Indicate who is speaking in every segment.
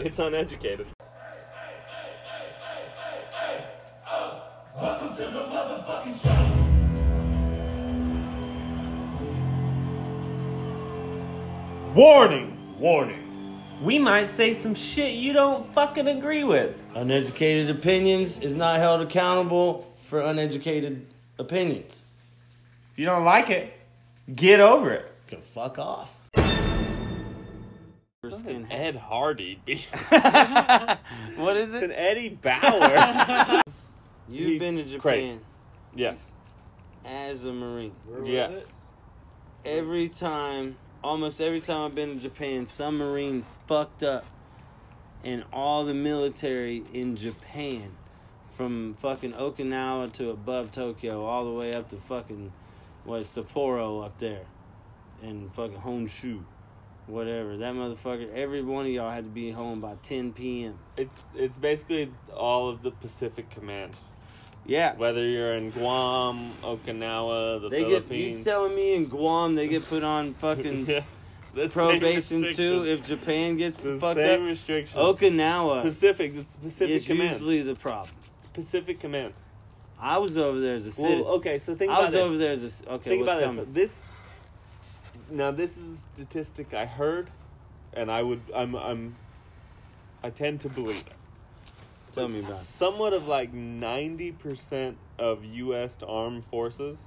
Speaker 1: It's uneducated.
Speaker 2: Warning! Warning!
Speaker 3: We might say some shit you don't fucking agree with.
Speaker 4: Uneducated opinions is not held accountable for uneducated opinions.
Speaker 3: If you don't like it, get over it.
Speaker 4: Can fuck off.
Speaker 1: An Ed Hardy beat
Speaker 4: What is
Speaker 1: an Eddie Bauer.
Speaker 4: You've
Speaker 1: He's
Speaker 4: been to Japan
Speaker 1: crazy. yes.
Speaker 4: as a Marine.
Speaker 1: Yes.
Speaker 4: Every time, almost every time I've been to Japan, some Marine fucked up. And all the military in Japan, from fucking Okinawa to above Tokyo, all the way up to fucking, what, Sapporo up there. And fucking Honshu. Whatever. That motherfucker, every one of y'all had to be home by 10 p.m.
Speaker 1: It's it's basically all of the Pacific Command.
Speaker 4: Yeah.
Speaker 1: Whether you're in Guam, Okinawa, the
Speaker 4: They get you
Speaker 1: Philippines.
Speaker 4: telling me in Guam they get put on fucking
Speaker 1: Yeah. The same
Speaker 4: probation too
Speaker 1: restrictions.
Speaker 4: if Japan gets
Speaker 1: the
Speaker 4: fucked
Speaker 1: same
Speaker 4: up.
Speaker 1: restrictions.
Speaker 4: Okinawa
Speaker 1: Pacific, it's Pacific
Speaker 4: is
Speaker 1: Command.
Speaker 4: usually the problem.
Speaker 1: It's Pacific Command.
Speaker 4: I was over there as a citizen.
Speaker 1: Well, okay, so think
Speaker 4: I
Speaker 1: about
Speaker 4: was
Speaker 1: this.
Speaker 4: over there as a okay.
Speaker 1: think
Speaker 4: what,
Speaker 1: about
Speaker 4: tell
Speaker 1: this.
Speaker 4: me.
Speaker 1: This now this is a statistic I heard, and I would I'm I'm I tend to believe it.
Speaker 4: Tell
Speaker 1: But
Speaker 4: me about.
Speaker 1: Somewhat of like ninety percent of U.S. armed forces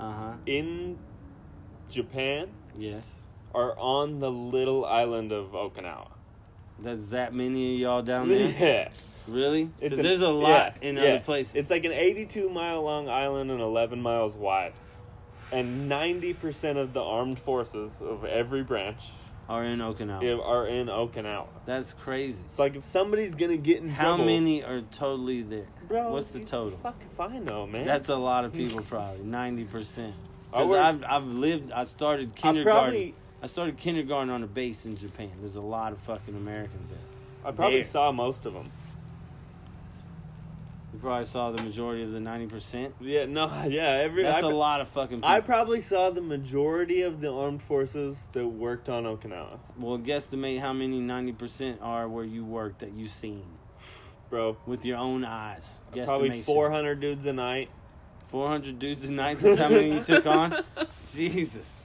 Speaker 4: Uh huh.
Speaker 1: in Japan
Speaker 4: Yes.
Speaker 1: are on the little island of Okinawa.
Speaker 4: There's that many of y'all down there.
Speaker 1: Yeah,
Speaker 4: really?
Speaker 1: It's
Speaker 4: Because
Speaker 1: an-
Speaker 4: there's a lot
Speaker 1: yeah,
Speaker 4: in
Speaker 1: yeah.
Speaker 4: other places.
Speaker 1: It's like an eighty-two mile long island and eleven miles wide. And ninety percent of the armed forces of every branch
Speaker 4: are in Okinawa.
Speaker 1: if- are in Okinawa.
Speaker 4: That's crazy.
Speaker 1: It's like if somebody's gonna get in
Speaker 4: How
Speaker 1: trouble,
Speaker 4: many are totally there?
Speaker 1: Bro,
Speaker 4: What's the
Speaker 1: you-
Speaker 4: total?
Speaker 1: Fuck if I know, man.
Speaker 4: That's a lot of people, probably ninety percent.
Speaker 1: I
Speaker 4: Because
Speaker 1: work-
Speaker 4: I've I've lived. I started
Speaker 1: I
Speaker 4: kindergarten. I,
Speaker 1: probably
Speaker 4: started kindergarten on a base in Japan. There's a lot of fucking Americans there.
Speaker 1: I probably
Speaker 4: there.
Speaker 1: saw most of them.
Speaker 4: You probably saw the majority of the ninety percent.
Speaker 1: Yeah, no, yeah, every.
Speaker 4: That's
Speaker 1: I,
Speaker 4: a
Speaker 1: pr-
Speaker 4: lot of fucking. People.
Speaker 1: I probably saw the majority of the armed forces that worked on Okinawa,
Speaker 4: well, guesstimate how many ninety percent are where you work that you seen
Speaker 1: bro.
Speaker 4: with your own eyes. Guesstimation.
Speaker 1: Probably four hundred dudes a night.
Speaker 4: Four hundred dudes a night. That's how many you took on. Jesus.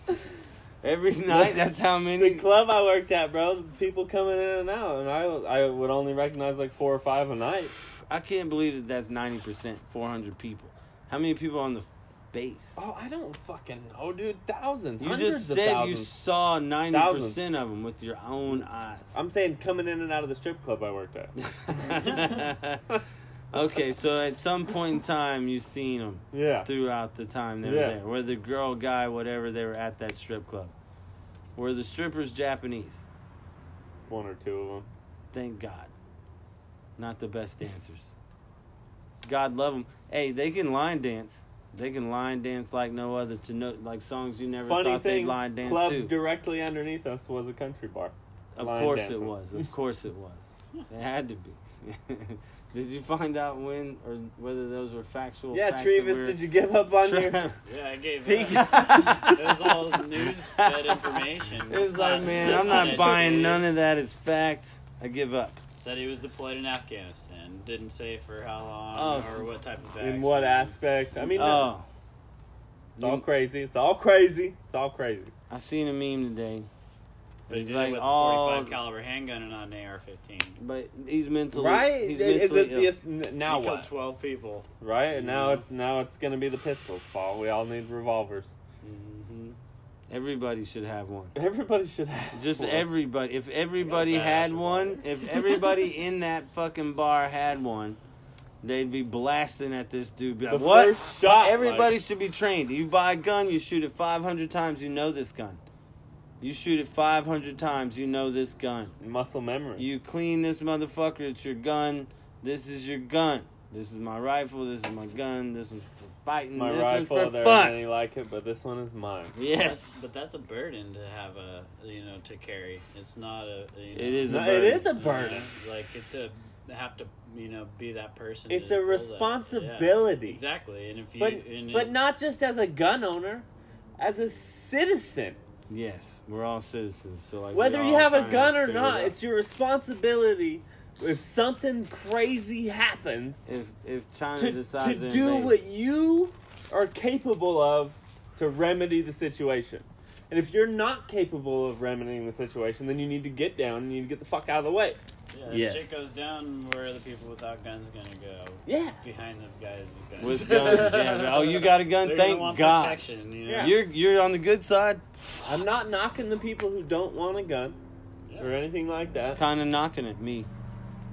Speaker 4: Every night. That's how
Speaker 1: The
Speaker 4: many.
Speaker 1: club I worked at, bro, people coming in and out, and I I would only recognize like four or five a night.
Speaker 4: I can't believe that that's ninety percent. Four hundred people. How many people on the base?
Speaker 1: Oh, I don't fucking know, dude. Thousands.
Speaker 4: You
Speaker 1: hundreds
Speaker 4: just
Speaker 1: of
Speaker 4: said you
Speaker 1: thousands.
Speaker 4: saw ninety
Speaker 1: Thousands.
Speaker 4: percent of them with your own eyes.
Speaker 1: I'm saying coming in and out of the strip club I worked at.
Speaker 4: okay, so at some point in time, you've seen them
Speaker 1: Yeah.
Speaker 4: throughout the time they were
Speaker 1: Yeah.
Speaker 4: there, whether girl, guy, whatever, they were at that strip club. Were the strippers Japanese?
Speaker 1: One or two of them.
Speaker 4: Thank God. Not the best dancers. God love them. Hey, they can line dance. They can line dance like no other to no like songs you never
Speaker 1: Funny
Speaker 4: thought they'd
Speaker 1: thing,
Speaker 4: line dance
Speaker 1: club
Speaker 4: to.
Speaker 1: directly underneath us was a country bar.
Speaker 4: Of
Speaker 1: Line
Speaker 4: course it
Speaker 1: dancing.
Speaker 4: was. Of course it was. It had to be. did you find out when or whether those were factual?
Speaker 1: Yeah,
Speaker 4: facts
Speaker 1: Trevis, did you give up on your?
Speaker 3: Yeah, I gave
Speaker 4: It
Speaker 3: It was all news fed information.
Speaker 4: was like, man, I'm
Speaker 3: Yeah.
Speaker 4: not buying none of that as fact. I give up.
Speaker 3: Said he was deployed in Afghanistan. Didn't say for how long
Speaker 4: Oh.
Speaker 3: or what type of.
Speaker 1: In what aspect? I mean,
Speaker 4: Oh,
Speaker 1: it's all crazy. It's all crazy. It's all crazy.
Speaker 4: I seen a meme today.
Speaker 3: But he
Speaker 4: It's
Speaker 3: did
Speaker 4: like
Speaker 3: it with
Speaker 4: all-
Speaker 3: a 45 caliber handgun and not an AR-15.
Speaker 4: But he's mentally
Speaker 1: Right?
Speaker 4: He's
Speaker 1: Is
Speaker 4: mentally
Speaker 1: it
Speaker 4: ill.
Speaker 1: the, n- now
Speaker 3: he killed
Speaker 1: what?
Speaker 3: 12 people.
Speaker 1: Right? And now
Speaker 4: Mm-hmm.
Speaker 1: it's now it's gonna be the pistols, Paul. We all need revolvers.
Speaker 4: Mhm. Everybody should have one.
Speaker 1: Everybody should have.
Speaker 4: Just
Speaker 1: one.
Speaker 4: everybody. If everybody
Speaker 3: badass
Speaker 4: had
Speaker 3: about
Speaker 4: one, if everybody in that fucking bar had one, they'd be blasting at this dude. Be like,
Speaker 1: The
Speaker 4: what?
Speaker 1: first shot,
Speaker 4: everybody
Speaker 1: like-
Speaker 4: should be trained. You buy a gun, you shoot it 500 times, you know this gun. You shoot it 500 times, you know this gun.
Speaker 1: muscle memory.
Speaker 4: You clean this motherfucker, it's your gun. This is your gun. This is my rifle, this is my gun, this one's for fighting,
Speaker 1: My
Speaker 4: this
Speaker 1: rifle.
Speaker 4: one's for
Speaker 1: there
Speaker 4: fun.
Speaker 1: aren't any like it, but this one is mine.
Speaker 4: Yes.
Speaker 3: But that's a burden to have a, you know, to carry. It's not a, you know,
Speaker 4: It is a
Speaker 1: No,
Speaker 4: burden.
Speaker 1: it is a
Speaker 3: uh,
Speaker 1: burden.
Speaker 3: like it's a have to, you know, be that person.
Speaker 1: It's
Speaker 3: to
Speaker 1: a
Speaker 3: pull that. Yeah,
Speaker 1: responsibility.
Speaker 3: exactly. And if you
Speaker 1: But
Speaker 3: and
Speaker 1: but
Speaker 3: it-
Speaker 1: not just as a gun owner, as a citizen.
Speaker 4: Yes, we're all citizens. So like, we
Speaker 1: Whether you
Speaker 4: all
Speaker 1: have a
Speaker 4: trying to
Speaker 1: gun or
Speaker 4: figure it
Speaker 1: not,
Speaker 4: out.
Speaker 1: it's your responsibility. If something crazy happens,
Speaker 4: if if China
Speaker 1: to, to
Speaker 4: decides to,
Speaker 1: do
Speaker 4: invade-
Speaker 1: what you are capable of to remedy the situation. And if you're not capable of remedying the situation, then you need to get down and you need to get the fuck out of the way.
Speaker 3: Yeah, if
Speaker 4: Yes.
Speaker 3: shit goes down, where are the people without guns gonna go?
Speaker 1: Yeah.
Speaker 3: Behind the guys with guns.
Speaker 4: with guns. yeah. Oh, you got a gun?
Speaker 3: They're gonna
Speaker 4: Thank
Speaker 3: want
Speaker 4: God.
Speaker 3: protection, you know?
Speaker 1: Yeah.
Speaker 4: You're you're on the good side.
Speaker 1: I'm not knocking the people who don't want a gun
Speaker 3: Yeah.
Speaker 1: or anything like that.
Speaker 4: Kind of knocking at me.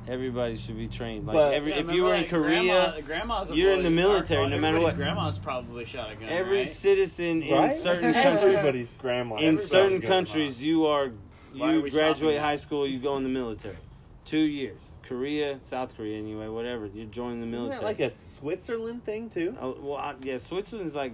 Speaker 4: Everybody should be trained. Like
Speaker 1: But-
Speaker 4: every
Speaker 3: Yeah,
Speaker 4: if you
Speaker 3: remember,
Speaker 4: were in
Speaker 3: like,
Speaker 4: Korea,
Speaker 3: grandma, grandma's a
Speaker 4: you're in
Speaker 3: bully.
Speaker 4: the
Speaker 3: Our-
Speaker 4: military, no matter
Speaker 3: everybody's
Speaker 4: what.
Speaker 3: Grandma's probably shot a gun.
Speaker 4: every
Speaker 3: right?
Speaker 4: citizen
Speaker 1: Right?
Speaker 4: in certain countries,
Speaker 1: Everybody's grandma.
Speaker 4: in
Speaker 1: everybody's
Speaker 4: certain
Speaker 1: grandma.
Speaker 4: countries, you are
Speaker 3: Why are
Speaker 4: you
Speaker 3: we
Speaker 4: graduate
Speaker 3: shopping?
Speaker 4: high school, you go in the military, two years. Korea, South Korea, anyway, whatever. You join the
Speaker 1: Isn't
Speaker 4: military.
Speaker 1: that like a Switzerland thing too?
Speaker 4: Oh, well, I, yeah, Switzerland's like,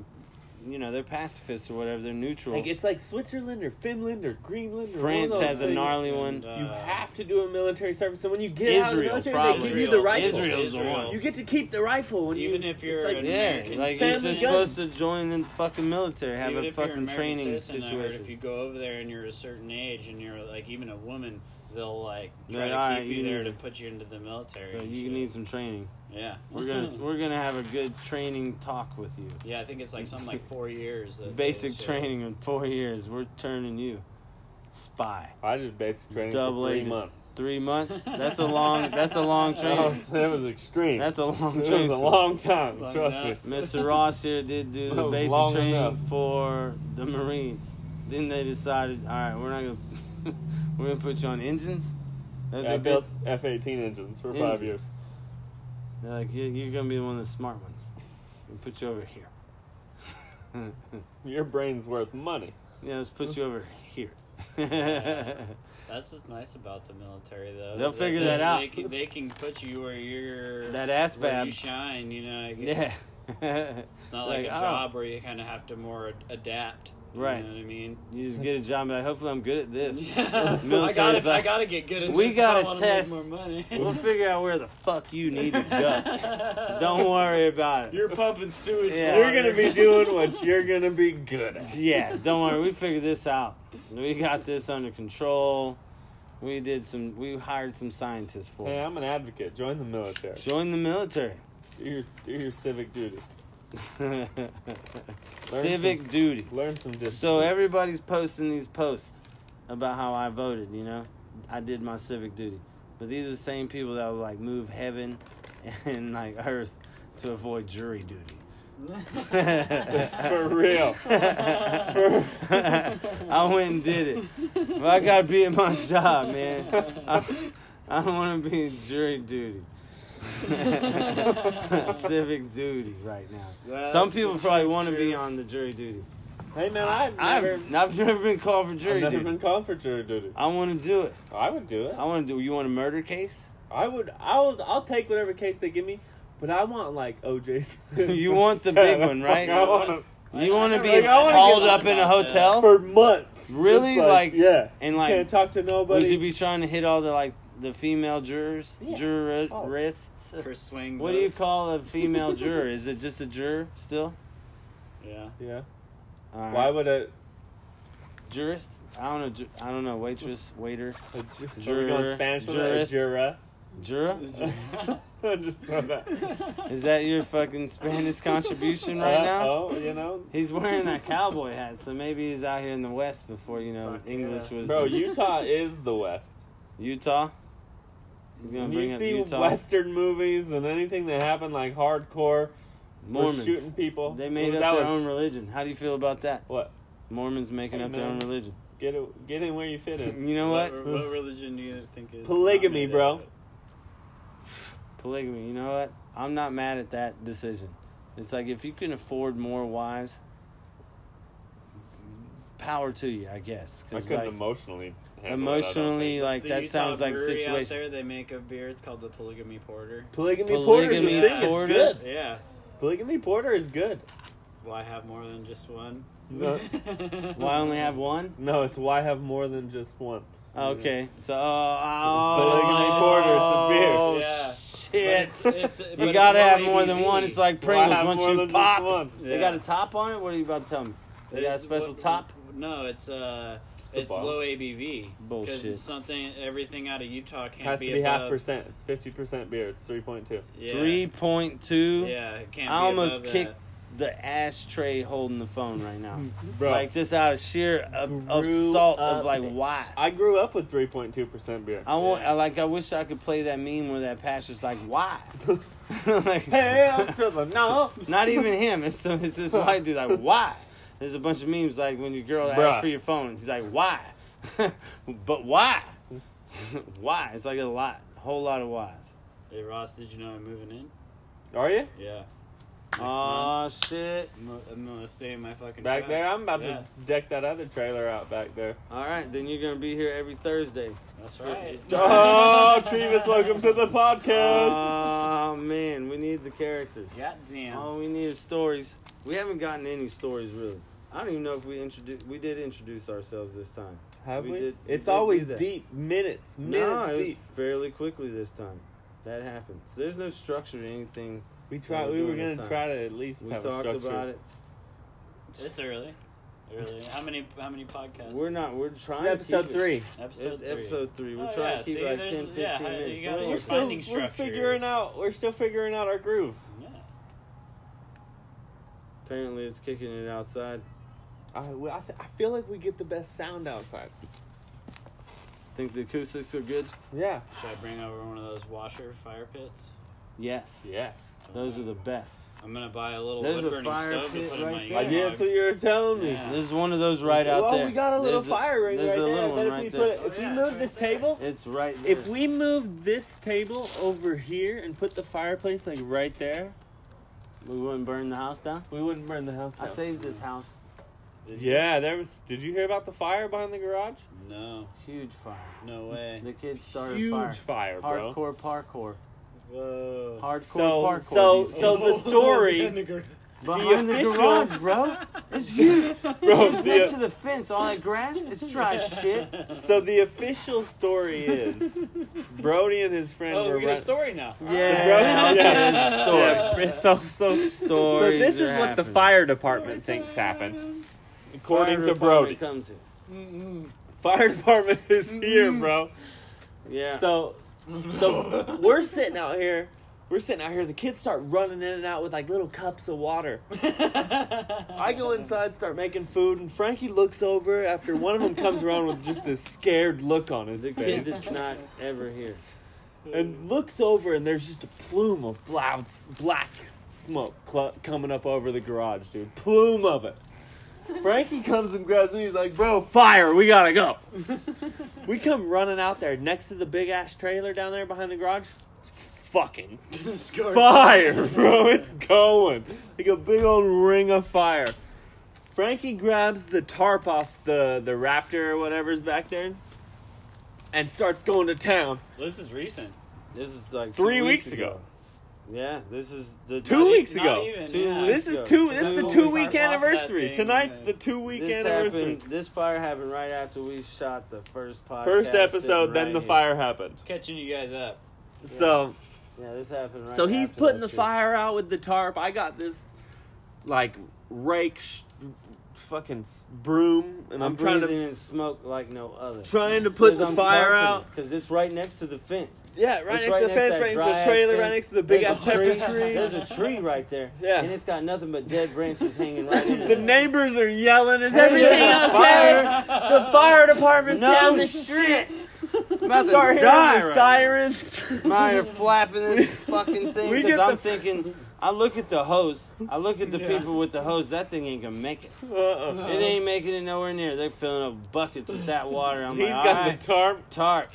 Speaker 4: you know, they're pacifists or whatever. They're neutral.
Speaker 1: Like it's like Switzerland or Finland or Greenland. Or one of
Speaker 4: France
Speaker 1: those
Speaker 4: has a
Speaker 1: things.
Speaker 4: gnarly
Speaker 3: And,
Speaker 4: one.
Speaker 3: uh,
Speaker 1: You have to do a military service, and when you get out of the
Speaker 4: Israel,
Speaker 1: military,
Speaker 4: probably.
Speaker 1: they give you the rifle.
Speaker 4: Israel's the one.
Speaker 1: You get to keep the rifle when
Speaker 3: Even
Speaker 1: you,
Speaker 3: if you're
Speaker 1: it's
Speaker 3: an
Speaker 1: like,
Speaker 4: yeah,
Speaker 3: American
Speaker 4: like you're
Speaker 1: citizen.
Speaker 4: just
Speaker 1: Family gun.
Speaker 4: supposed to join in the fucking military, have
Speaker 3: Even
Speaker 4: a
Speaker 3: if you're an
Speaker 4: fucking
Speaker 3: American
Speaker 4: training
Speaker 3: citizen, I heard
Speaker 4: situation.
Speaker 3: If you go over there and you're a certain age and you're like even a woman, they'll like
Speaker 4: Like,
Speaker 3: try
Speaker 4: "All
Speaker 3: to
Speaker 4: right,
Speaker 3: keep you
Speaker 4: you
Speaker 3: there to
Speaker 4: need-
Speaker 3: put you into the military.
Speaker 4: So
Speaker 3: and
Speaker 4: you
Speaker 3: shit.
Speaker 4: need some training.
Speaker 3: yeah.
Speaker 4: We're gonna we're gonna have a good training talk with you.
Speaker 3: yeah, I think it's like something like four years. that-
Speaker 4: Basic
Speaker 3: that shit.
Speaker 4: training in four years. We're turning you spy.
Speaker 1: I did basic training
Speaker 4: Double
Speaker 1: for three
Speaker 4: agent.
Speaker 1: months.
Speaker 4: Three months. That's a long. That's a long
Speaker 1: That
Speaker 4: training.
Speaker 1: was, that was extreme.
Speaker 4: That's a long
Speaker 1: it was
Speaker 4: training.
Speaker 1: a long time.
Speaker 3: Long
Speaker 1: trust
Speaker 3: enough.
Speaker 1: me.
Speaker 4: Mr. Ross here did do
Speaker 1: That
Speaker 4: the
Speaker 1: was
Speaker 4: basic
Speaker 1: long
Speaker 4: training
Speaker 1: enough.
Speaker 4: for the Marines. Then they decided, all right, we're not gonna, we're gonna put you on engines. That
Speaker 1: I built F eighteen engines for
Speaker 4: Engines.
Speaker 1: five years.
Speaker 4: They're like, you're, you're gonna be one of the smart ones. We'll put you over here.
Speaker 1: Your brain's worth money.
Speaker 4: yeah, let's put you over here.
Speaker 3: That's what's nice about the military, though.
Speaker 4: They'll
Speaker 3: is
Speaker 4: figure
Speaker 3: they,
Speaker 4: that out.
Speaker 3: They can, they can put you where you're
Speaker 4: that ass
Speaker 3: where
Speaker 4: fab.
Speaker 3: you shine. You know, like,
Speaker 4: Yeah.
Speaker 3: It's not like,
Speaker 4: Like,
Speaker 3: a
Speaker 4: oh.
Speaker 3: job where you kind of have to more ad- adapt.
Speaker 4: Right.
Speaker 3: You know what I mean?
Speaker 4: you just get a job. and Like, hopefully, I'm good at this.
Speaker 3: I gotta,
Speaker 4: Military's
Speaker 3: I
Speaker 4: like,
Speaker 3: gotta get good at
Speaker 4: "We
Speaker 3: this.
Speaker 4: gotta
Speaker 3: I wanna make
Speaker 4: test-
Speaker 3: more money.
Speaker 4: We'll figure out where the fuck you need to go. Don't worry about it.
Speaker 3: You're pumping sewage.
Speaker 4: Yeah.
Speaker 1: You're gonna be doing what you're gonna be good at.
Speaker 4: Yeah, don't worry. We figured this out. We got this under control. We did some. We hired some scientists for
Speaker 1: Hey,
Speaker 4: it.
Speaker 1: I'm an advocate. Join the military.
Speaker 4: Join the military.
Speaker 1: Do your, do your civic duty.
Speaker 4: Civic duty.
Speaker 1: Learn some discipline.
Speaker 4: So everybody's posting these posts about how I voted, you know? I did my civic duty. But these are the same people that would like move heaven and like earth to avoid jury duty.
Speaker 1: for real.
Speaker 4: I went and did it. But I gotta be at my job, man. I, I don't wanna be in jury duty. civic duty right now.
Speaker 3: That's
Speaker 4: Some people probably wanna be
Speaker 3: true.
Speaker 4: on the jury duty.
Speaker 1: Hey man, I've never, I've
Speaker 4: I've, I've never been called for jury
Speaker 1: never
Speaker 4: duty.
Speaker 1: been called for jury duty.
Speaker 4: I want to do it.
Speaker 1: I would do it.
Speaker 4: I want to do. You want a murder case?
Speaker 1: I would. I'll. I'll take whatever case they give me, but I want like OJ. Simpson
Speaker 4: You want the
Speaker 1: status.
Speaker 4: big one, right?
Speaker 1: Like, I want
Speaker 4: you
Speaker 3: I-
Speaker 4: want
Speaker 3: I
Speaker 4: to be
Speaker 1: never- like, I wanna
Speaker 4: hauled
Speaker 1: get-
Speaker 4: up in a
Speaker 1: it
Speaker 4: hotel
Speaker 1: for months.
Speaker 4: Really?
Speaker 1: Just
Speaker 4: Like,
Speaker 1: yeah.
Speaker 4: and like
Speaker 1: Can't talk to
Speaker 4: would
Speaker 1: nobody.
Speaker 4: you be trying to hit all the like the female jurors,
Speaker 1: Yeah.
Speaker 4: juror
Speaker 1: Oh.
Speaker 4: jurists?
Speaker 3: For swing.
Speaker 4: What do you
Speaker 3: votes.
Speaker 4: call a female juror? Is it just a juror still?
Speaker 3: Yeah.
Speaker 1: yeah.
Speaker 4: All right.
Speaker 1: Why would a,
Speaker 4: jurist? I don't know. Ju- I don't know. Waitress, waiter,
Speaker 1: a ju-
Speaker 4: Juror-
Speaker 1: Are we going Spanish with that? A
Speaker 4: jurist.
Speaker 1: jura?
Speaker 4: juror.
Speaker 1: Just throw that.
Speaker 4: Is that your fucking Spanish contribution right now?
Speaker 1: Oh, you know,
Speaker 4: He's wearing that cowboy hat, so maybe he's out here in the West before you know English was
Speaker 1: bro. Utah is the West.
Speaker 4: Utah. He's gonna
Speaker 1: When
Speaker 4: bring
Speaker 1: you
Speaker 4: up
Speaker 1: see
Speaker 4: Utah.
Speaker 1: Western movies and anything that happened like hardcore, Mormons.
Speaker 4: Mormons.
Speaker 1: shooting people.
Speaker 4: They made
Speaker 1: that
Speaker 4: up their
Speaker 1: was-
Speaker 4: own religion. How do you feel about that?
Speaker 1: What?
Speaker 4: Mormons making
Speaker 1: Hey,
Speaker 4: up their own
Speaker 1: man.
Speaker 4: religion.
Speaker 1: Get it, get in where you fit in.
Speaker 4: You know what?
Speaker 3: What, what religion do you think is
Speaker 1: Polygamy,
Speaker 3: dominated?
Speaker 1: bro.
Speaker 4: Polygamy. You know what? I'm not mad at that decision. It's like if you can afford more wives, power to you, I guess.
Speaker 1: I
Speaker 4: 'Cause,
Speaker 1: couldn't
Speaker 4: like,
Speaker 1: emotionally. handle it, I don't
Speaker 4: emotionally,
Speaker 1: think.
Speaker 4: like
Speaker 3: The
Speaker 4: that
Speaker 3: Utah
Speaker 4: sounds like
Speaker 3: brewery Out
Speaker 4: situation.
Speaker 3: there, they make a beer. It's called the Polygamy Porter.
Speaker 1: polygamy,
Speaker 4: polygamy
Speaker 1: porter is a thing.
Speaker 4: porter?
Speaker 1: It's good.
Speaker 3: Yeah.
Speaker 1: Polygamy porter is good.
Speaker 3: Why have more than just one?
Speaker 1: No,
Speaker 4: Why only have one?
Speaker 1: no, it's why have more than just one.
Speaker 4: Okay, so oh,
Speaker 1: Polygamy porter,
Speaker 4: it's a beer.
Speaker 3: It's,
Speaker 4: Shit,
Speaker 3: it's, but
Speaker 4: Oh, you
Speaker 3: it's
Speaker 4: gotta
Speaker 3: low
Speaker 4: have more
Speaker 3: ABV.
Speaker 4: than one. It's like
Speaker 1: Why
Speaker 4: Pringles.
Speaker 1: have
Speaker 4: Once
Speaker 1: more than
Speaker 4: you
Speaker 1: just
Speaker 4: pop,
Speaker 1: one?
Speaker 4: They
Speaker 3: Yeah.
Speaker 4: got a top on it? What are you about to tell me? They got a
Speaker 3: It's-
Speaker 4: special
Speaker 3: what-
Speaker 4: top.
Speaker 3: No, it's uh,
Speaker 1: the
Speaker 3: it's
Speaker 1: bottom.
Speaker 3: low ABV. 'Cause
Speaker 4: Bullshit.
Speaker 3: Something, everything out of Utah can't
Speaker 1: has
Speaker 3: be,
Speaker 1: to be
Speaker 3: above,
Speaker 1: half percent. It's fifty percent beer. It's three point two.
Speaker 3: Yeah,
Speaker 4: Three point two.
Speaker 3: Yeah, it can't.
Speaker 4: I
Speaker 3: be
Speaker 4: almost
Speaker 3: above
Speaker 4: kicked The ashtray holding the phone right now,
Speaker 1: Bro,
Speaker 4: like just out of sheer of, of
Speaker 1: Mm-hmm. Grew
Speaker 4: salt
Speaker 1: up.
Speaker 4: of like why. I,
Speaker 1: I grew up with three point two percent beer.
Speaker 4: want I, like I wish I could play that meme where that pastor's like why. like,
Speaker 1: Hell to the no.
Speaker 4: Not even him. It's, some, it's this white dude. Like, why? There's a bunch of memes like when your girl asks
Speaker 1: Bruh.
Speaker 4: for your phone. He's like, why? but why? why? It's like a lot, whole lot of whys.
Speaker 3: that. Hey Ross, did you know I'm moving in?
Speaker 1: Are you
Speaker 3: Yeah. Next month.
Speaker 4: Oh shit!
Speaker 3: Mo- I'm gonna stay in my fucking
Speaker 1: back
Speaker 3: truck.
Speaker 1: there? I'm about
Speaker 3: Yeah,
Speaker 1: to deck that other trailer out back there.
Speaker 4: All right, then you're gonna be here every Thursday.
Speaker 3: That's right.
Speaker 1: Oh, Trevis, welcome to the podcast.
Speaker 4: Oh man, we need the characters.
Speaker 3: Goddamn.
Speaker 4: All we need is stories. We haven't gotten any stories really. I don't even know if we introduced. We did introduce ourselves this time.
Speaker 1: Have we?
Speaker 4: we did- we
Speaker 1: it's
Speaker 4: did do
Speaker 1: always
Speaker 4: that.
Speaker 1: deep minutes,
Speaker 4: No,
Speaker 1: minutes
Speaker 4: it was
Speaker 1: deep.
Speaker 4: fairly quickly this time. That happened. So there's no structure to anything.
Speaker 1: We tried.
Speaker 4: we're
Speaker 1: We were
Speaker 4: doing this
Speaker 1: gonna
Speaker 4: time.
Speaker 1: try to at least.
Speaker 4: We
Speaker 1: have
Speaker 4: talked
Speaker 1: a structure.
Speaker 4: about it.
Speaker 3: It's early. Early. How many? How many podcasts?
Speaker 4: We're not. We're trying. to
Speaker 1: Episode
Speaker 4: keep it-
Speaker 1: three.
Speaker 3: episode
Speaker 4: It's
Speaker 3: three.
Speaker 4: episode three. We're
Speaker 3: Oh,
Speaker 4: trying
Speaker 3: yeah,
Speaker 4: to keep
Speaker 3: see,
Speaker 4: it like
Speaker 3: there's-
Speaker 4: 10, 15
Speaker 3: yeah, you
Speaker 4: minutes.
Speaker 3: gotta-
Speaker 4: Don't
Speaker 3: We're
Speaker 1: We're
Speaker 4: worry.
Speaker 1: still
Speaker 3: finding
Speaker 1: we're
Speaker 3: structure.
Speaker 1: figuring out. We're still figuring out our groove.
Speaker 3: Yeah.
Speaker 4: Apparently, it's kicking it outside.
Speaker 1: I, well, I, th- I feel like we get the best sound outside.
Speaker 4: Think the acoustics are good?
Speaker 1: Yeah.
Speaker 3: Should I bring over one of those washer fire pits?
Speaker 4: Yes.
Speaker 1: Yes.
Speaker 4: Those are the best.
Speaker 3: I'm gonna buy a little
Speaker 4: There's a
Speaker 3: wood burning
Speaker 4: fire
Speaker 3: stove to
Speaker 4: pit
Speaker 3: put
Speaker 4: right
Speaker 3: in my
Speaker 1: I did.
Speaker 4: there.
Speaker 3: earlog.
Speaker 1: That's what you were telling me.
Speaker 3: Yeah.
Speaker 4: This is one of those right out
Speaker 1: well,
Speaker 4: there.
Speaker 1: we got a little
Speaker 4: There's
Speaker 1: fire ring
Speaker 4: There's
Speaker 1: right
Speaker 4: a
Speaker 1: there.
Speaker 4: little
Speaker 1: but
Speaker 4: one right
Speaker 1: if we
Speaker 4: there.
Speaker 1: put, if
Speaker 3: Oh, yeah,
Speaker 1: we
Speaker 3: it's
Speaker 1: move
Speaker 3: right
Speaker 1: this
Speaker 3: there.
Speaker 1: table,
Speaker 4: It's right there.
Speaker 1: if we move this table over here and put the fireplace like right there,
Speaker 4: we wouldn't burn the house down.
Speaker 1: we wouldn't burn the house
Speaker 4: I
Speaker 1: down.
Speaker 4: saved this house.
Speaker 3: Did you-
Speaker 1: Yeah, there was. Did you hear about the fire behind the garage?
Speaker 3: No.
Speaker 4: Huge fire.
Speaker 3: No way.
Speaker 4: The kids started
Speaker 1: Huge
Speaker 4: fire.
Speaker 1: fire, bro.
Speaker 4: Hardcore parkour.
Speaker 3: Whoa.
Speaker 4: Hardcore
Speaker 1: So-
Speaker 4: parkour.
Speaker 1: so-
Speaker 4: these
Speaker 1: so
Speaker 4: kids.
Speaker 1: the story-
Speaker 4: Behind the,
Speaker 1: official-
Speaker 4: garage, bro. It's huge.
Speaker 1: Bro,
Speaker 4: It's
Speaker 1: the-
Speaker 4: next to the fence. All that grass. It's dry shit.
Speaker 1: So the official story is Brody and his friend
Speaker 3: Oh,
Speaker 1: were
Speaker 3: we get a
Speaker 1: run-
Speaker 3: story now.
Speaker 1: Brody-
Speaker 4: there's a story.
Speaker 1: Yeah, br- so so so
Speaker 4: Stories
Speaker 1: this is
Speaker 4: are
Speaker 1: what the
Speaker 4: happening.
Speaker 1: fire department thinks happened. According
Speaker 4: Fire
Speaker 1: to
Speaker 4: department
Speaker 1: Brody,
Speaker 4: Comes in.
Speaker 1: fire department is
Speaker 3: Mm-hmm.
Speaker 1: here, bro.
Speaker 4: Yeah.
Speaker 1: So so we're sitting out here. We're sitting out here. The kids start running in and out with like little cups of water. I go inside, start making food, and Frankie looks over after one of them comes around with just this scared look on his
Speaker 4: the kid
Speaker 1: face,
Speaker 4: that's not ever here.
Speaker 1: and looks over, and there's just a plume of black, black smoke cl- coming up over the garage, dude. Plume of it. Frankie comes and grabs me. He's like, "Bro, fire! We gotta go." we come running out there next to the big ass trailer down there behind the garage. Fucking fire, bro. It's going. Like a big old ring of fire. Frankie grabs the tarp off the, the raptor or whatever's back there and starts going to town.
Speaker 3: This is recent.
Speaker 4: This is like two
Speaker 1: Three weeks ago.
Speaker 4: Yeah. This is the
Speaker 1: Two
Speaker 4: this-
Speaker 1: weeks
Speaker 3: Not
Speaker 1: ago.
Speaker 3: even,
Speaker 4: Two
Speaker 3: yeah.
Speaker 1: This is
Speaker 4: ago.
Speaker 1: two this is the
Speaker 3: Two
Speaker 1: two
Speaker 3: weeks
Speaker 1: week
Speaker 3: off that
Speaker 1: anniversary.
Speaker 3: thing,
Speaker 1: Tonight's
Speaker 3: yeah.
Speaker 1: the two week
Speaker 4: This
Speaker 1: anniversary.
Speaker 4: happened. This fire happened right after we shot the first podcast.
Speaker 1: First
Speaker 4: sitting
Speaker 1: episode,
Speaker 4: right
Speaker 1: then the
Speaker 4: here.
Speaker 1: fire happened.
Speaker 3: Catching you guys up.
Speaker 1: So
Speaker 4: Yeah, this happened. Right
Speaker 1: So he's
Speaker 4: after
Speaker 1: putting
Speaker 4: that
Speaker 1: the
Speaker 4: shit.
Speaker 1: fire out with the tarp. I got this, like, rake, sh- fucking s- broom, and I'm,
Speaker 4: I'm,
Speaker 1: trying
Speaker 4: breathing
Speaker 1: to
Speaker 4: in smoke like no other.
Speaker 1: trying to put the fire out.
Speaker 4: because it's right next to the fence.
Speaker 1: Yeah, right
Speaker 4: It's
Speaker 1: next to the fence, right next
Speaker 4: that
Speaker 1: to the
Speaker 4: dry-ass
Speaker 1: trailer, right
Speaker 4: fence.
Speaker 1: next to the big
Speaker 4: There's
Speaker 1: ass
Speaker 4: a
Speaker 1: pepper tree.
Speaker 4: There's a tree right there.
Speaker 1: Yeah.
Speaker 4: and it's got nothing but dead branches hanging right in
Speaker 1: The
Speaker 4: it.
Speaker 1: neighbors are yelling, "Is
Speaker 4: Hey,
Speaker 1: everything
Speaker 4: there's a
Speaker 1: okay?" The fire department's
Speaker 4: No
Speaker 1: down the street.
Speaker 4: I'm about to
Speaker 1: Start hearing
Speaker 4: die
Speaker 1: the
Speaker 4: right
Speaker 1: sirens.
Speaker 4: now. I'm out here flapping this fucking thing
Speaker 1: we
Speaker 4: because
Speaker 1: get
Speaker 4: I'm
Speaker 1: the-
Speaker 4: thinking. I look at the hose. I look at the people with the hose. That thing ain't gonna make it.
Speaker 1: Uh-uh.
Speaker 4: It ain't making it nowhere near. They're filling up buckets with that water. I'm
Speaker 1: He's
Speaker 4: like,
Speaker 1: got
Speaker 4: all right.
Speaker 1: the tarp.
Speaker 4: tarp,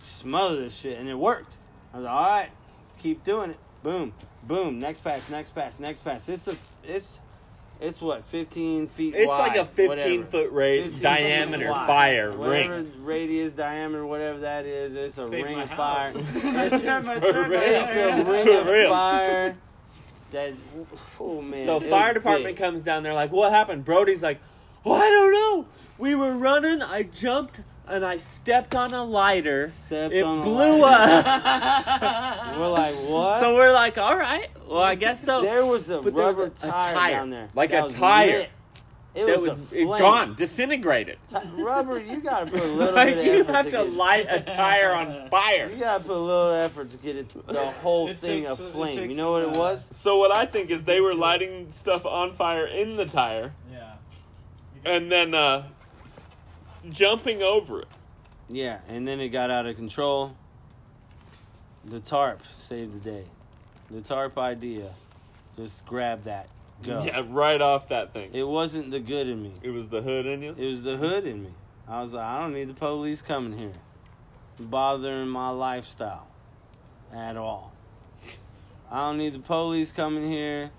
Speaker 4: smother this shit, and it worked. I was like, all right, keep doing it. Boom, boom, next pass, next pass, next pass. It's a, it's, it's what, fifteen feet
Speaker 1: It's
Speaker 4: wide.
Speaker 1: like a 15 foot rate
Speaker 4: 15 feet
Speaker 1: diameter
Speaker 4: wide.
Speaker 1: fire
Speaker 4: whatever
Speaker 1: ring.
Speaker 4: radius, diameter, whatever that is. It's a
Speaker 3: Saved
Speaker 4: ring
Speaker 3: my
Speaker 4: of fire.
Speaker 3: house.
Speaker 4: it's
Speaker 1: For real.
Speaker 4: a ring
Speaker 1: For
Speaker 4: of
Speaker 1: real.
Speaker 4: fire. That, oh man.
Speaker 1: So
Speaker 4: it was
Speaker 1: fire department
Speaker 4: big.
Speaker 1: comes down. They're like, "What happened?" Brody's like, "Oh, I don't know. We were running. I jumped and I stepped on a lighter.
Speaker 4: Stepped
Speaker 1: it
Speaker 4: on a
Speaker 1: blew
Speaker 4: ladder.
Speaker 1: up.
Speaker 4: We're like, what?
Speaker 1: so we're like, all right. Well, I guess so.
Speaker 4: There was a
Speaker 1: But there was
Speaker 4: rubber
Speaker 1: a- a
Speaker 4: tire,
Speaker 1: tire,
Speaker 4: down there.
Speaker 1: like
Speaker 4: that
Speaker 1: a
Speaker 4: was
Speaker 1: tire.
Speaker 4: lit. It
Speaker 1: that
Speaker 4: was,
Speaker 1: was,
Speaker 4: a
Speaker 1: it
Speaker 4: flame.
Speaker 1: gone, disintegrated.
Speaker 4: Robert, you gotta put a little
Speaker 1: Like
Speaker 4: bit of
Speaker 1: you
Speaker 4: effort
Speaker 1: have
Speaker 4: to,
Speaker 1: to
Speaker 4: get-
Speaker 1: light a tire on
Speaker 4: You
Speaker 1: fire.
Speaker 4: gotta put a little effort to get it, the whole
Speaker 3: It
Speaker 4: thing
Speaker 3: takes- it
Speaker 4: aflame. You
Speaker 3: takes
Speaker 4: know what it
Speaker 3: a-
Speaker 4: was?
Speaker 1: So what I think is they were lighting stuff on fire in the tire
Speaker 3: Yeah.
Speaker 1: and then uh, jumping over it.
Speaker 4: Yeah, and then it got out of control. The tarp saved the day. The tarp idea. Just grab that. Go.
Speaker 1: Yeah, right off that thing.
Speaker 4: It wasn't the good in me.
Speaker 1: It was the hood in you.
Speaker 4: It was the hood in me. I was like, I don't need the police coming here, bothering my lifestyle at all. I don't need the police coming here